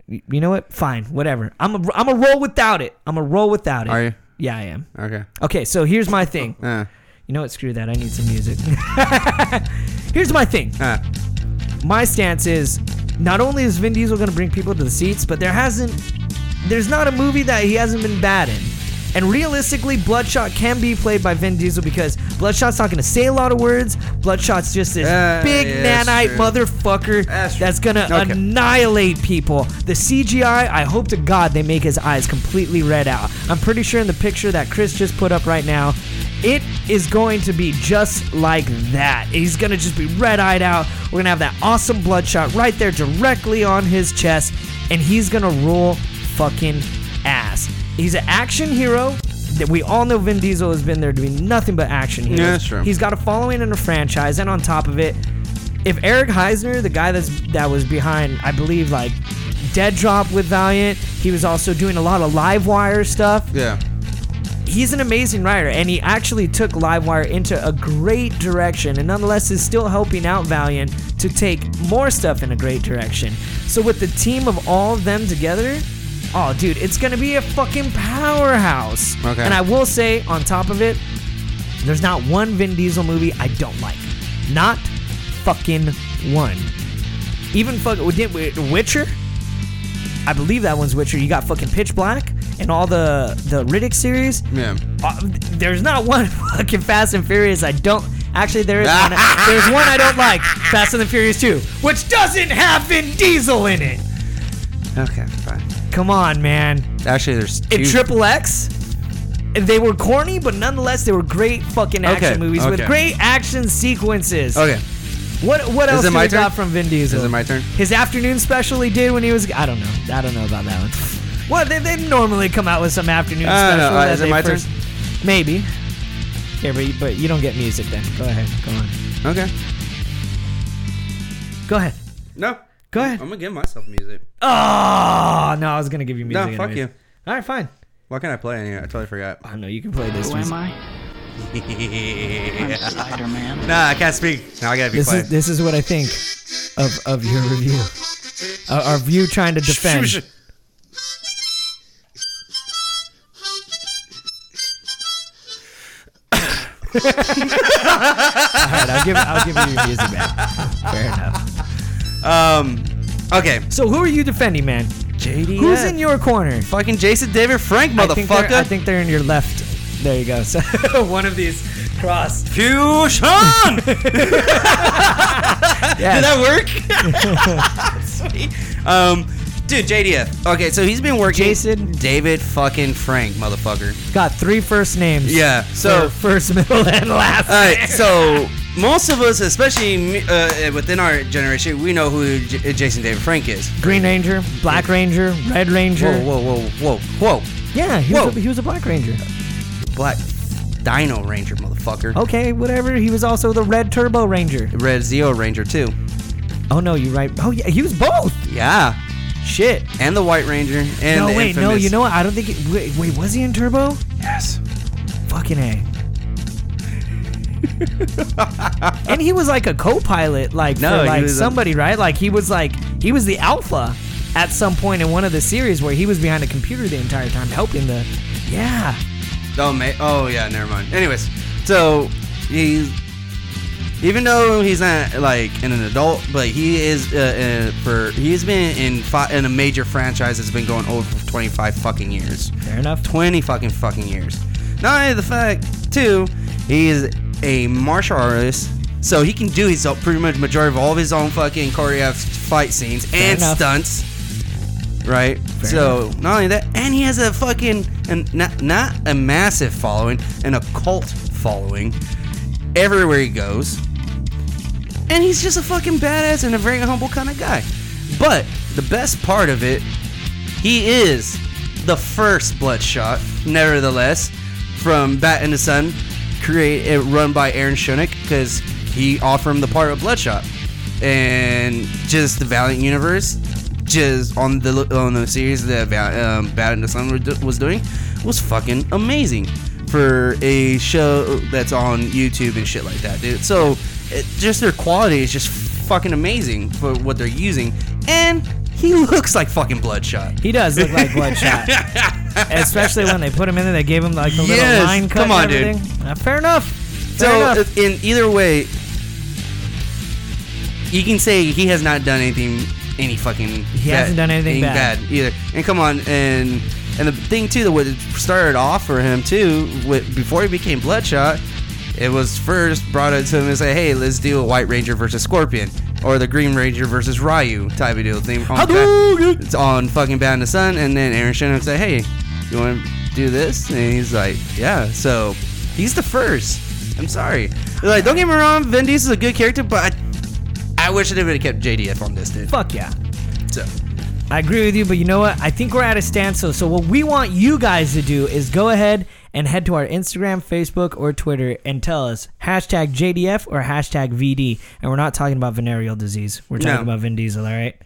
Speaker 1: Y- You know what? Fine, whatever. I'm a I'm a roll without it. I'm a roll without it.
Speaker 2: Are you?
Speaker 1: Yeah, I am.
Speaker 2: Okay.
Speaker 1: Okay, so here's my thing.
Speaker 2: Uh,
Speaker 1: You know what? Screw that. I need some music. here's my thing.
Speaker 2: uh.
Speaker 1: my stance is not only is Vin Diesel going to bring people to the seats, but there hasn't there's not a movie that he hasn't been bad in. And realistically, Bloodshot can be played by Vin Diesel because Bloodshot's not going to say a lot of words. Bloodshot's just this
Speaker 2: Uh,
Speaker 1: big
Speaker 2: yeah, that's
Speaker 1: nanite
Speaker 2: true.
Speaker 1: motherfucker
Speaker 2: That's
Speaker 1: that's,
Speaker 2: true.
Speaker 1: going to
Speaker 2: Okay.
Speaker 1: annihilate people. The CGI, I hope to God they make his eyes completely red out. I'm pretty sure in the picture that Chris just put up right now, it is going to be just like that. He's going to just be red eyed out. We're going to have that awesome bloodshot right there directly on his chest, and he's going to rule fucking ass. He's an action hero. That we all know Vin Diesel has been there to be nothing but action heroes.
Speaker 2: Yeah, that's true.
Speaker 1: He's got a following and a franchise, and on top of it, if Eric Heisner, the guy that's that was behind, I believe like Dead Drop with Valiant, he was also doing a lot of Livewire stuff.
Speaker 2: Yeah.
Speaker 1: He's an amazing writer, and he actually took Livewire into a great direction, and nonetheless is still helping out Valiant to take more stuff in a great direction. So with the team of all of them together. Oh, dude, it's gonna be a fucking powerhouse.
Speaker 2: Okay.
Speaker 1: And I will say, on top of it, there's not one Vin Diesel movie I don't like. Not fucking one. Even fuck we did we- Witcher. I believe that one's Witcher. You got fucking Pitch Black and all the the Riddick series.
Speaker 2: Yeah.
Speaker 1: Uh, there's not one fucking Fast and Furious I don't. Actually, there is one. there's one I don't like. Fast and the Furious 2, which doesn't have Vin Diesel in it.
Speaker 2: Okay. Fine.
Speaker 1: Come on, man.
Speaker 2: Actually, there's two.
Speaker 1: In Triple X, they were corny, but nonetheless, they were great fucking action
Speaker 2: Okay,
Speaker 1: movies with
Speaker 2: okay.
Speaker 1: great action sequences.
Speaker 2: okay.
Speaker 1: What what else
Speaker 2: it
Speaker 1: do
Speaker 2: my
Speaker 1: we got
Speaker 2: turn?
Speaker 1: from Vin Diesel?
Speaker 2: Is it my turn?
Speaker 1: His afternoon special he did when he was I don't know. I don't know about that one. Well, they, they normally come out with some afternoon
Speaker 2: I don't know.
Speaker 1: special.
Speaker 2: Uh,
Speaker 1: that
Speaker 2: is it
Speaker 1: they
Speaker 2: my turn?
Speaker 1: first, Maybe. Yeah, but you, but you don't get music then. Go ahead. Go on.
Speaker 2: Okay.
Speaker 1: Go ahead.
Speaker 2: No.
Speaker 1: Go ahead.
Speaker 2: I'm gonna give myself music.
Speaker 1: Oh no, I was gonna give you
Speaker 2: No,
Speaker 1: music.
Speaker 2: fuck
Speaker 1: anyways.
Speaker 2: you.
Speaker 1: All right, fine.
Speaker 2: Why can't I play any? I totally forgot.
Speaker 1: Oh no, you can play this.
Speaker 5: Who
Speaker 1: music.
Speaker 5: am I? I'm Spider-Man.
Speaker 2: Nah, I can't speak. Now I gotta be
Speaker 1: This
Speaker 2: quiet.
Speaker 1: is this is what I think of of your review. Our, our view trying to defend. All right, I'll give I'll give you your music back. Fair enough.
Speaker 2: Um. Okay.
Speaker 1: So who are you defending, man?
Speaker 2: JD.
Speaker 1: Who's in your corner?
Speaker 2: Fucking Jason David Frank,
Speaker 1: I think, they're,
Speaker 2: motherfucker.
Speaker 1: I think they're in your left. There you go. So one of these crossed.
Speaker 2: Fusion.
Speaker 1: Yeah.
Speaker 2: Did that work? Sweet. Um, dude, JDF. Okay, so he's been working.
Speaker 1: Jason.
Speaker 2: David fucking Frank, motherfucker.
Speaker 1: Got three first names.
Speaker 2: Yeah. So,
Speaker 1: So first, middle, and last.
Speaker 2: all right. So most of us, especially me- uh, within our generation, we know who J- eh, Jason David Frank is.
Speaker 1: Green Ranger, Black Ranger, Red Ranger.
Speaker 2: Whoa, whoa, whoa, whoa, whoa!
Speaker 1: Yeah, he was,
Speaker 2: Whoa.
Speaker 1: a, he was a Black Ranger.
Speaker 2: Black Dino Ranger, motherfucker.
Speaker 1: Okay, whatever. He was also the Red Turbo Ranger.
Speaker 2: Red Zeo Ranger too.
Speaker 1: Oh no, you're right. Oh yeah, he was both.
Speaker 2: Yeah.
Speaker 1: Shit.
Speaker 2: And the White Ranger. And
Speaker 1: no,
Speaker 2: the
Speaker 1: wait, no.
Speaker 2: infamous-
Speaker 1: You know what? I don't think. It, wait, wait, was he in Turbo?
Speaker 2: Yes.
Speaker 1: Fucking a. and he was like a co-pilot, like
Speaker 2: No,
Speaker 1: for
Speaker 2: he
Speaker 1: like
Speaker 2: was a-
Speaker 1: somebody, right? Like he was like he was the alpha at some point in one of the series where he was behind a computer the entire time helping the. Yeah.
Speaker 2: Oh, ma- oh yeah, never mind. Anyways, so he's even though he's not like an adult, but he is uh, uh, for he's been in fi- in a major franchise that's been going over for 25 fucking years.
Speaker 1: Fair enough.
Speaker 2: 20 fucking fucking years. Not only the fact, too, he is a martial artist, so he can do his own- pretty much majority of all of his own fucking choreographed fight scenes and
Speaker 1: enough.
Speaker 2: stunts. Right. so not only that, and he has a fucking and not not a massive following, an occult following everywhere he goes. And he's just a fucking badass and a very humble kind of guy. But the best part of it, he is the first Bloodshot, nevertheless, from Bat in the Sun, create it run by Aaron Schoenick because he offered him the part of Bloodshot, and just the Valiant Universe, just on the on the series that Va- um, Bat in the Sun were do- was doing, was fucking amazing for a show that's on YouTube and shit like that, dude. So it, just their quality is just fucking amazing for what they're using, and he looks like fucking Bloodshot.
Speaker 1: He does look like Bloodshot, especially when they put him in there. They gave him like the
Speaker 2: Yes,
Speaker 1: little line cut.
Speaker 2: come on,
Speaker 1: and
Speaker 2: dude.
Speaker 1: everything. Uh, fair enough. Fair
Speaker 2: So
Speaker 1: enough.
Speaker 2: uh, in either way, you can say he has not done anything, any fucking. He
Speaker 1: hasn't done anything bad.
Speaker 2: either. And come on, and and the thing too that what started off for him too, with, before he became Bloodshot, it was first brought up to him and say, hey, let's do a White Ranger versus Scorpion. Or the Green Ranger versus Ryu type of deal thing. On
Speaker 1: Hadouken!
Speaker 2: it's on fucking Bad in the Sun, and then Aaron Shannon said, "Hey, you want to do this?" And he's like, "Yeah." So he's the first. I'm sorry. Like, don't get me wrong, Vin Diesel's a good character, but I, I wish they would have kept JDF on this dude.
Speaker 1: Fuck yeah.
Speaker 2: So,
Speaker 1: I agree with you, but you know what? I think we're at a standstill. So what we want you guys to do is go ahead and head to our Instagram, Facebook, or Twitter and tell us hashtag JDF or hashtag VD. And we're not talking about venereal disease. We're talking
Speaker 2: No.
Speaker 1: about Vin Diesel, all right?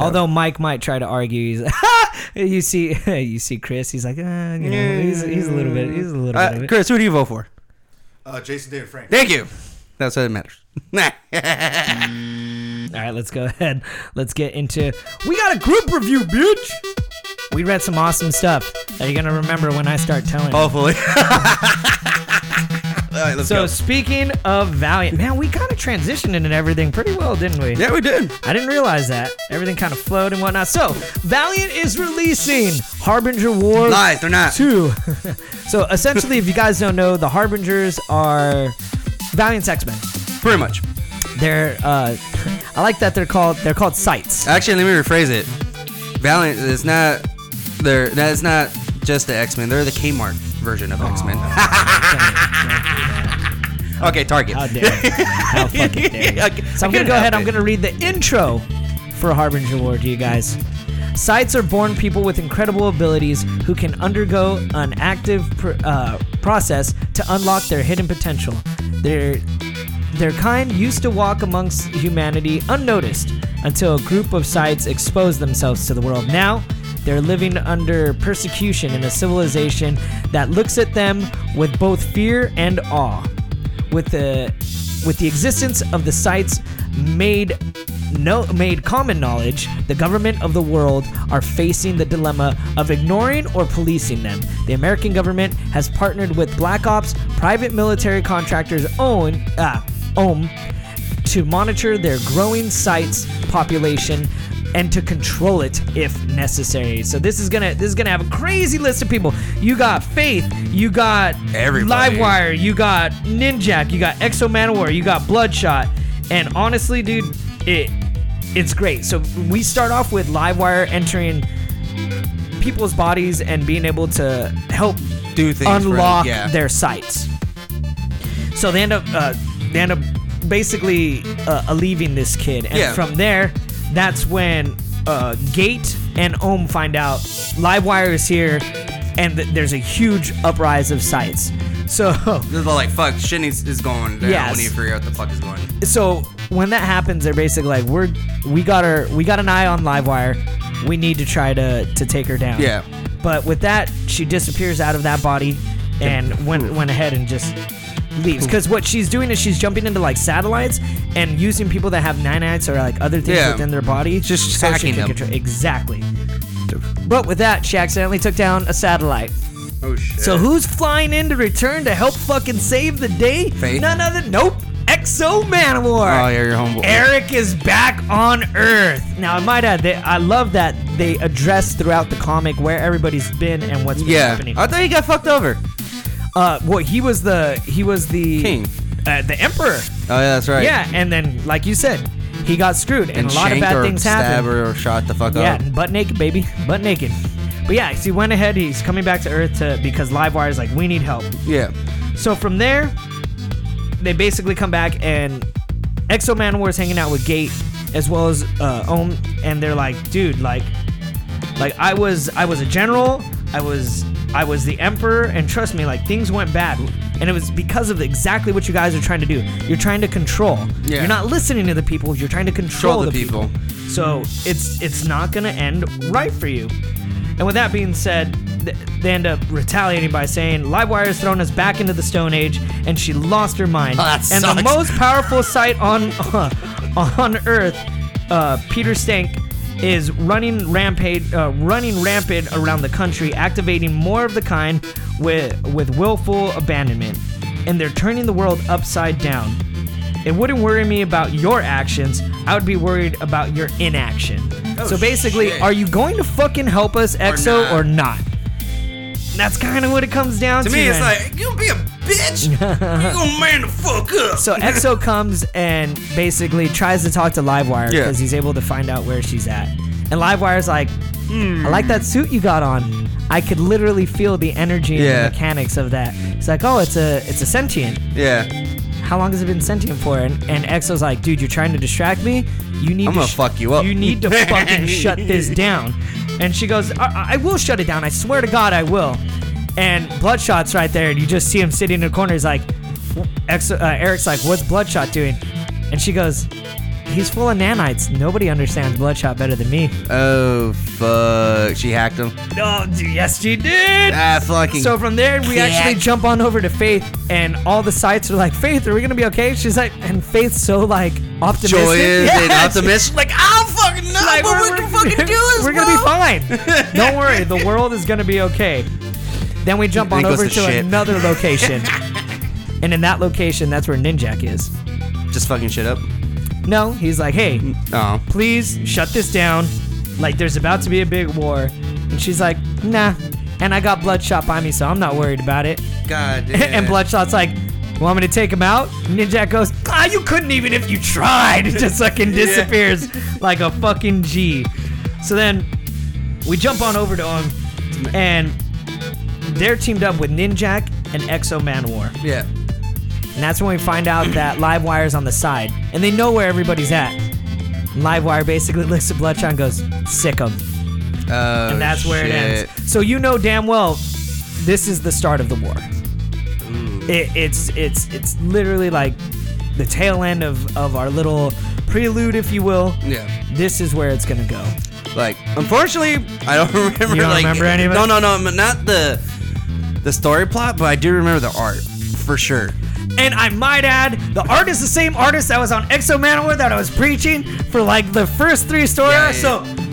Speaker 1: Although Mike might try to argue, he's you see, you see Chris. He's like, uh, you know, he's, he's a little bit, he's a little bit. Of
Speaker 2: uh,
Speaker 1: it.
Speaker 2: Chris, who do you vote for?
Speaker 4: Uh, Jason David Frank.
Speaker 2: Thank you. That's what it matters.
Speaker 1: All right, let's go ahead. Let's get into. We got a group review, bitch. We read some awesome stuff that you're gonna remember when I start telling.
Speaker 2: Hopefully. All right, let's
Speaker 1: So
Speaker 2: go.
Speaker 1: speaking of Valiant, man, we kind of transitioned into everything pretty well, didn't we?
Speaker 2: Yeah, we did.
Speaker 1: I didn't realize that. Everything kind of flowed and whatnot. So Valiant is releasing Harbinger War
Speaker 2: Lies, they're not.
Speaker 1: Two. so essentially, if you guys don't know, the Harbingers are Valiant's X Men.
Speaker 2: Pretty much.
Speaker 1: They're uh, I like that they're called they're called Sites.
Speaker 2: Actually, let me rephrase it. Valiant is not. They're that's not just the X Men. They're the Kmart version
Speaker 1: Oh,
Speaker 2: of X Men. okay, Target.
Speaker 1: How dare you. How fucking dare
Speaker 2: Okay,
Speaker 1: you. So
Speaker 2: I
Speaker 1: I'm going
Speaker 2: couldn't
Speaker 1: to go ahead.
Speaker 2: help
Speaker 1: I'm
Speaker 2: it.
Speaker 1: going to read the intro for Harbinger War to you guys. Sites are born people with incredible abilities who can undergo an active pr- uh, process to unlock their hidden potential. Their their kind used to walk amongst humanity unnoticed until a group of sites exposed themselves to the world. Now, they're living under persecution in a civilization that looks at them with both fear and awe with the with the existence of the sites made no made common knowledge the government of the world are facing the dilemma of ignoring or policing them the american government has partnered with black ops private military contractors own ah, om to monitor their growing sites population and to control it if necessary. So this is gonna this is gonna have a crazy list of people. You got Faith, you got
Speaker 2: Everybody.
Speaker 1: Livewire, Fire, you got Ninjak, you got Exo Manowar, you got Bloodshot, and honestly, dude, it it's great. So we start off with Livewire entering people's bodies and being able to help
Speaker 2: Do things. for-
Speaker 1: unlock
Speaker 2: yeah.
Speaker 1: their sites. So they end up uh, they end up basically uh, alleviating this kid, and
Speaker 2: Yeah.
Speaker 1: from there, that's when uh, Gate and Ohm find out Livewire is here, and th- there's a huge uprise of sites. So
Speaker 2: They're like, fuck, shit needs, is going down.
Speaker 1: Yes.
Speaker 2: We need to figure out what the fuck is going.
Speaker 1: so when that happens, they're basically like, "We're we got our we got an eye on Livewire. We need to try to to take her down."
Speaker 2: Yeah.
Speaker 1: But with that, she disappears out of that body and went went ahead and just leaves. Because what she's doing is she's jumping into like satellites and using people that have nanites or like other things
Speaker 2: Yeah.
Speaker 1: within their body.
Speaker 2: Just
Speaker 1: so she
Speaker 2: hacking
Speaker 1: can
Speaker 2: them.
Speaker 1: control- Exactly. But with that, she accidentally took down a satellite.
Speaker 2: Oh shit.
Speaker 1: So who's flying in to return to help fucking save the day?
Speaker 2: Faith?
Speaker 1: None other. Nope. Exo Manowar.
Speaker 2: Oh yeah, your homeboy.
Speaker 1: Eric is back on Earth. Now I might add that I love that they address throughout the comic where everybody's been and what's been
Speaker 2: Yeah.
Speaker 1: happening.
Speaker 2: I thought he got fucked over.
Speaker 1: Uh, well, he was the he was the
Speaker 2: King.
Speaker 1: uh, the emperor.
Speaker 2: Oh yeah, that's right.
Speaker 1: Yeah, and then like you said, he got screwed, and,
Speaker 2: And
Speaker 1: a lot of
Speaker 2: shanked
Speaker 1: bad
Speaker 2: or
Speaker 1: things
Speaker 2: stabbed
Speaker 1: happened.
Speaker 2: or shot the fuck
Speaker 1: Yeah,
Speaker 2: up.
Speaker 1: and butt naked, baby, butt naked. But yeah, so he went ahead. He's coming back to Earth to because Livewire's like, we need help.
Speaker 2: Yeah.
Speaker 1: So from there, they basically come back and Exo Manowar's hanging out with Gate as well as uh, Ohm, and they're like, dude, like, like I was, I was a general, I was, I was the emperor, and trust me, like things went bad, and it was because of exactly what you guys are trying to do. You're trying to control.
Speaker 2: Yeah.
Speaker 1: You're not listening to the people. You're trying to control
Speaker 2: Control the
Speaker 1: the people. So it's it's not gonna end right for you. And with that being said, th- they end up retaliating by saying Livewire has thrown us back into the Stone Age, and she lost her mind.
Speaker 2: Oh, that
Speaker 1: and the
Speaker 2: sucks.
Speaker 1: most powerful sight on on Earth, uh, Peter Stank is running rampage, uh, running rampant around the country, activating more of the kind with with willful abandonment, and they're turning the world upside down. It wouldn't worry me about your actions. I would be worried about your inaction. so basically,
Speaker 2: Oh, shit.
Speaker 1: are you going to fucking help us, Exo,
Speaker 2: not.
Speaker 1: or not? And that's kind of what it comes down to.
Speaker 2: To me, it's
Speaker 1: man.
Speaker 2: like you gonna be a bitch. you gonna man the fuck up.
Speaker 1: So EXO comes and basically tries to talk to Livewire
Speaker 2: Yeah.
Speaker 1: because he's able to find out where she's at. And Livewire's like, "Hmm, I like
Speaker 2: Hmm.
Speaker 1: that suit you got on. I could literally feel the energy
Speaker 2: Yeah.
Speaker 1: and the mechanics of that. He's like, oh, it's a it's a sentient.
Speaker 2: yeah,
Speaker 1: How long has it been sentient for? And, and EXO's like, dude, you're trying to distract me. You need
Speaker 2: I'm
Speaker 1: to
Speaker 2: gonna fuck you up."
Speaker 1: You need to fucking shut this down. And she goes, I-, I will shut it down. I swear to God, I will. And Bloodshot's right there, and you just see him sitting in a corner. He's like, EXO, uh, Eric's like, what's Bloodshot doing? And she goes, he's full of nanites. Nobody understands Bloodshot better than me.
Speaker 2: oh fuck, she hacked him.
Speaker 1: Oh, dude, yes, she did.
Speaker 2: Ah, fucking.
Speaker 1: So from there, we actually jump on over to Faith, and all the sites are like, Faith, are we gonna be okay? She's like, and Faith's so like optimistic,
Speaker 2: joyous and
Speaker 1: Yeah,
Speaker 2: optimistic. Like I'll fucking know
Speaker 1: she's like,
Speaker 2: what we can fucking do is
Speaker 1: We're
Speaker 2: bro.
Speaker 1: gonna be fine. Don't worry, the world is gonna be okay. Then we jump
Speaker 2: Then
Speaker 1: on
Speaker 2: it goes
Speaker 1: over to
Speaker 2: to shit.
Speaker 1: another location, and in that location, that's where Ninjak is.
Speaker 2: Just fucking shit up.
Speaker 1: No, he's like, hey,
Speaker 2: Oh,
Speaker 1: please shut this down. Like, there's about to be a big war, and she's like, nah. And I got Bloodshot by me, so I'm not worried about it.
Speaker 2: god damn.
Speaker 1: and Bloodshot's like, "Want me to take him out?" Ninjak goes, "Ah, you couldn't even if you tried." It just fucking disappears like a fucking G. So then we jump on over to him, and they're teamed up with Ninjak and Exo Manwar,
Speaker 2: Yeah.
Speaker 1: and that's when we find out that Livewire's on the side, and they know where everybody's at. Livewire basically looks at Bloodshot and goes, "Sick 'em."
Speaker 2: Oh,
Speaker 1: and that's where it
Speaker 2: shit.
Speaker 1: ends. So you know damn well this is the start of the war. It, it's it's it's literally like the tail end of of our little prelude, if you will.
Speaker 2: Yeah.
Speaker 1: This is where it's gonna go.
Speaker 2: Like, unfortunately, I don't remember.
Speaker 1: You don't
Speaker 2: like,
Speaker 1: remember any of it?
Speaker 2: No, no, no. Not the the story plot, but I do remember the art for sure.
Speaker 1: And I might add, the art is the same artist that was on Exo Manowar that I was preaching for like the first three story
Speaker 2: Yeah,
Speaker 1: arcs.
Speaker 2: yeah.
Speaker 1: So,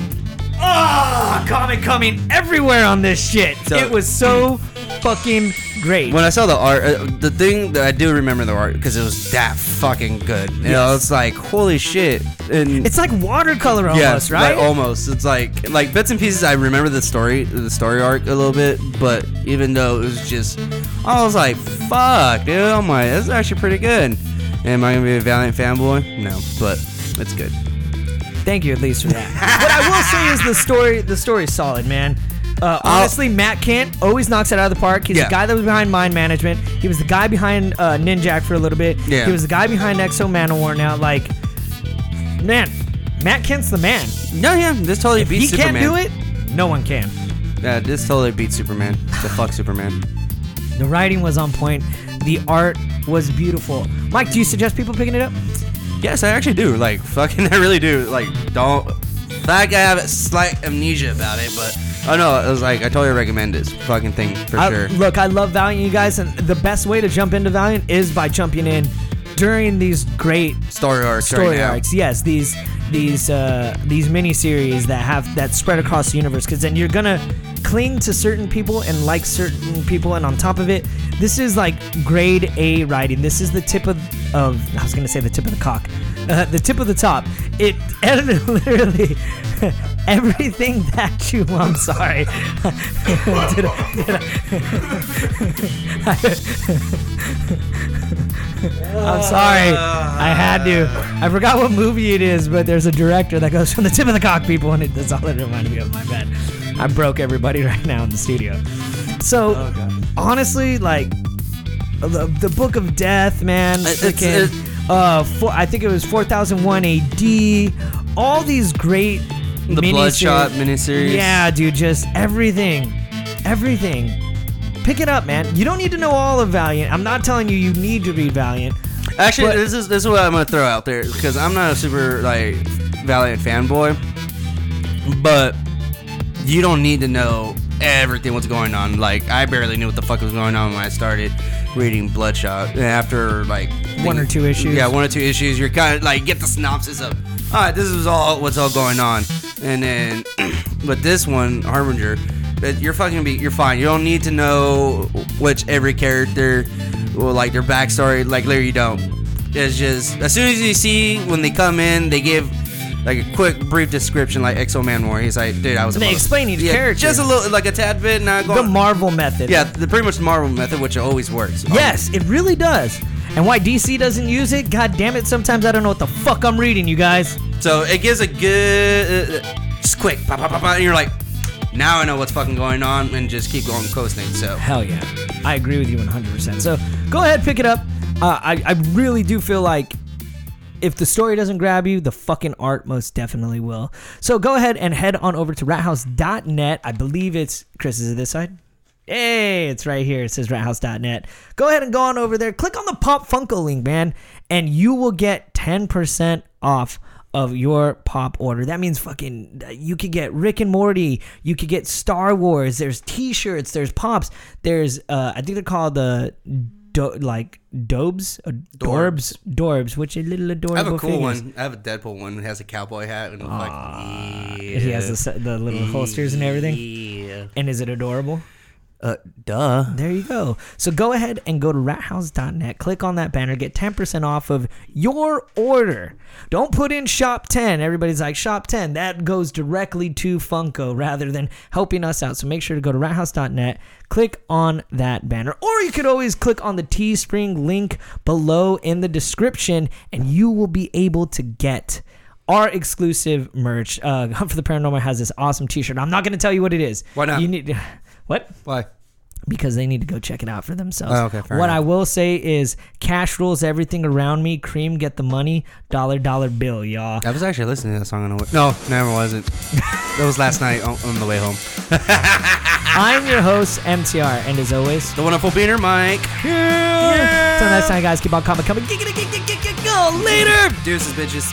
Speaker 1: ah, comic coming everywhere on this shit.
Speaker 2: So-
Speaker 1: it was so fucking great.
Speaker 2: When I saw the art, uh, the thing that I do remember the art because it was that fucking good. You know, it's like holy shit, and
Speaker 1: it's like watercolor
Speaker 2: yeah,
Speaker 1: almost, right?
Speaker 2: Like, almost. It's like like bits and pieces. I remember the story, the story arc a little bit, but even though it was just, I was like, fuck, dude, oh my, that's actually pretty good. Am I gonna be a Valiant fanboy? No, but it's good.
Speaker 1: Thank you at least for that. what I will say is the story the story's solid, man. Uh, honestly, Matt Kent always knocks it out of the park. He's
Speaker 2: Yeah.
Speaker 1: the guy that was behind Mind Management. He was the guy behind uh, Ninjak for a little bit.
Speaker 2: Yeah.
Speaker 1: He was the guy behind Exo Manowar. Now, like, man, Matt Kent's the man.
Speaker 2: No, yeah, this totally
Speaker 1: If
Speaker 2: beats
Speaker 1: he
Speaker 2: Superman.
Speaker 1: can't do it. No one can.
Speaker 2: Yeah, this totally beats Superman. The fuck Superman.
Speaker 1: The writing was on point. The art was beautiful. Mike, do you suggest people picking it up?
Speaker 2: Yes, I actually do. Like, fucking, I really do. Like, don't. Like, I have a slight amnesia about it, but. Oh no, it was like, I totally recommend this fucking thing for
Speaker 1: I-
Speaker 2: sure.
Speaker 1: Look, I love Valiant, you guys, and the best way to jump into Valiant is by jumping in during these great
Speaker 2: Story arcs right
Speaker 1: story
Speaker 2: now.
Speaker 1: arcs. Yes, these these uh, these mini series that have that spread across the universe. Because then you're gonna cling to certain people and like certain people, and on top of it, this is like grade A writing. This is the tip of of I was gonna say the tip of the cock, uh, the tip of the top. It literally. Everything that you, I'm sorry. Did I- did I- I'm sorry. I had to. I forgot what movie it is, but there's a director that goes from the tip of the cock, people, and it, that's all it reminded me of. My bad. I broke everybody right now in the studio. So,
Speaker 2: Oh,
Speaker 1: honestly, like the, the Book of Death, man.
Speaker 2: It's-
Speaker 1: freaking-
Speaker 2: it's-
Speaker 1: uh, four, I think it was 4001 AD. All these great
Speaker 2: The
Speaker 1: mini
Speaker 2: Bloodshot miniseries.
Speaker 1: Yeah, dude, just everything, everything. Pick it up, man. You don't need to know all of Valiant. I'm not telling you you need to read Valiant.
Speaker 2: Actually,
Speaker 1: But-
Speaker 2: this is this is what I'm gonna throw out there because I'm not a super like Valiant fanboy, but you don't need to know everything what's going on. Like I barely knew what the fuck was going on when I started reading Bloodshot, and after like
Speaker 1: One or two issues.
Speaker 2: yeah, one or two issues, you're kind of like get the synopsis of all right, this is all what's all going on, and then but this one Harbinger, that you're fucking be you're fine. You don't need to know which every character, well, like their backstory, like Larry, you don't. It's just as soon as you see when they come in, they give. Like a quick, brief description, like Exo Man War. He's like, dude, I was. a
Speaker 1: They
Speaker 2: mother-
Speaker 1: explain each
Speaker 2: yeah,
Speaker 1: character.
Speaker 2: just a little, like a tad bit. Not
Speaker 1: The
Speaker 2: going.
Speaker 1: Marvel method.
Speaker 2: yeah, the pretty much Marvel method, which always works.
Speaker 1: Yes, it really does. And why DC doesn't use it? God damn it! Sometimes I don't know what the fuck I'm reading, you guys.
Speaker 2: Um, So it gives a good, uh, uh, just quick, pop, pop, pop, pop, and you're like, now I know what's fucking going on, and just keep going coasting. So
Speaker 1: Hell yeah. I agree with you 100%. So go ahead, pick it up. Uh, I, I really do feel like if the story doesn't grab you, the fucking art most definitely will. So go ahead and head on over to rathouse.net. I believe it's, Chris, is it this side? Hey, it's right here. It says rathouse.net. Go ahead and go on over there. Click on the Pop Funko link, man, and you will get 10% off of your pop order. That means fucking you could get Rick and Morty, you could get Star Wars, there's t-shirts, there's pops, there's uh I think they're called the do- like dobes, uh, dorbs, dorbs, which are little adorable
Speaker 2: I have a cool
Speaker 1: figures.
Speaker 2: one. I have a Deadpool one that has a cowboy hat and I'm like, yeah.
Speaker 1: He has the, se- the little holsters and everything.
Speaker 2: Yeah.
Speaker 1: And is it adorable?
Speaker 2: Uh, duh.
Speaker 1: There you go. So go ahead and go to rathouse.net, click on that banner, get 10% off of your order. Don't put in shop 10. Everybody's like, shop 10. That goes directly to Funko rather than helping us out. So make sure to go to rathouse.net, click on that banner. Or you could always click on the Teespring link below in the description and you will be able to get our exclusive merch. Uh, Hunt for the Paranormal has this awesome t shirt. I'm not going to tell you what it is.
Speaker 2: Why not?
Speaker 1: You need. What?
Speaker 2: Why?
Speaker 1: because they need to go check it out for themselves.
Speaker 2: Oh, okay, fair
Speaker 1: what
Speaker 2: enough.
Speaker 1: I will say is cash rules everything around me. Cream, get the money. Dollar, dollar bill, y'all.
Speaker 2: I was actually listening to that song on the way. No, never wasn't. that was last night on, on the way home.
Speaker 1: I'm your host, MTR, and as always,
Speaker 2: The wonderful Beaner Mike. Yeah.
Speaker 1: until next time, guys, keep on coming, coming. Giggity, giggity, giggity, go later.
Speaker 2: Deuces, bitches.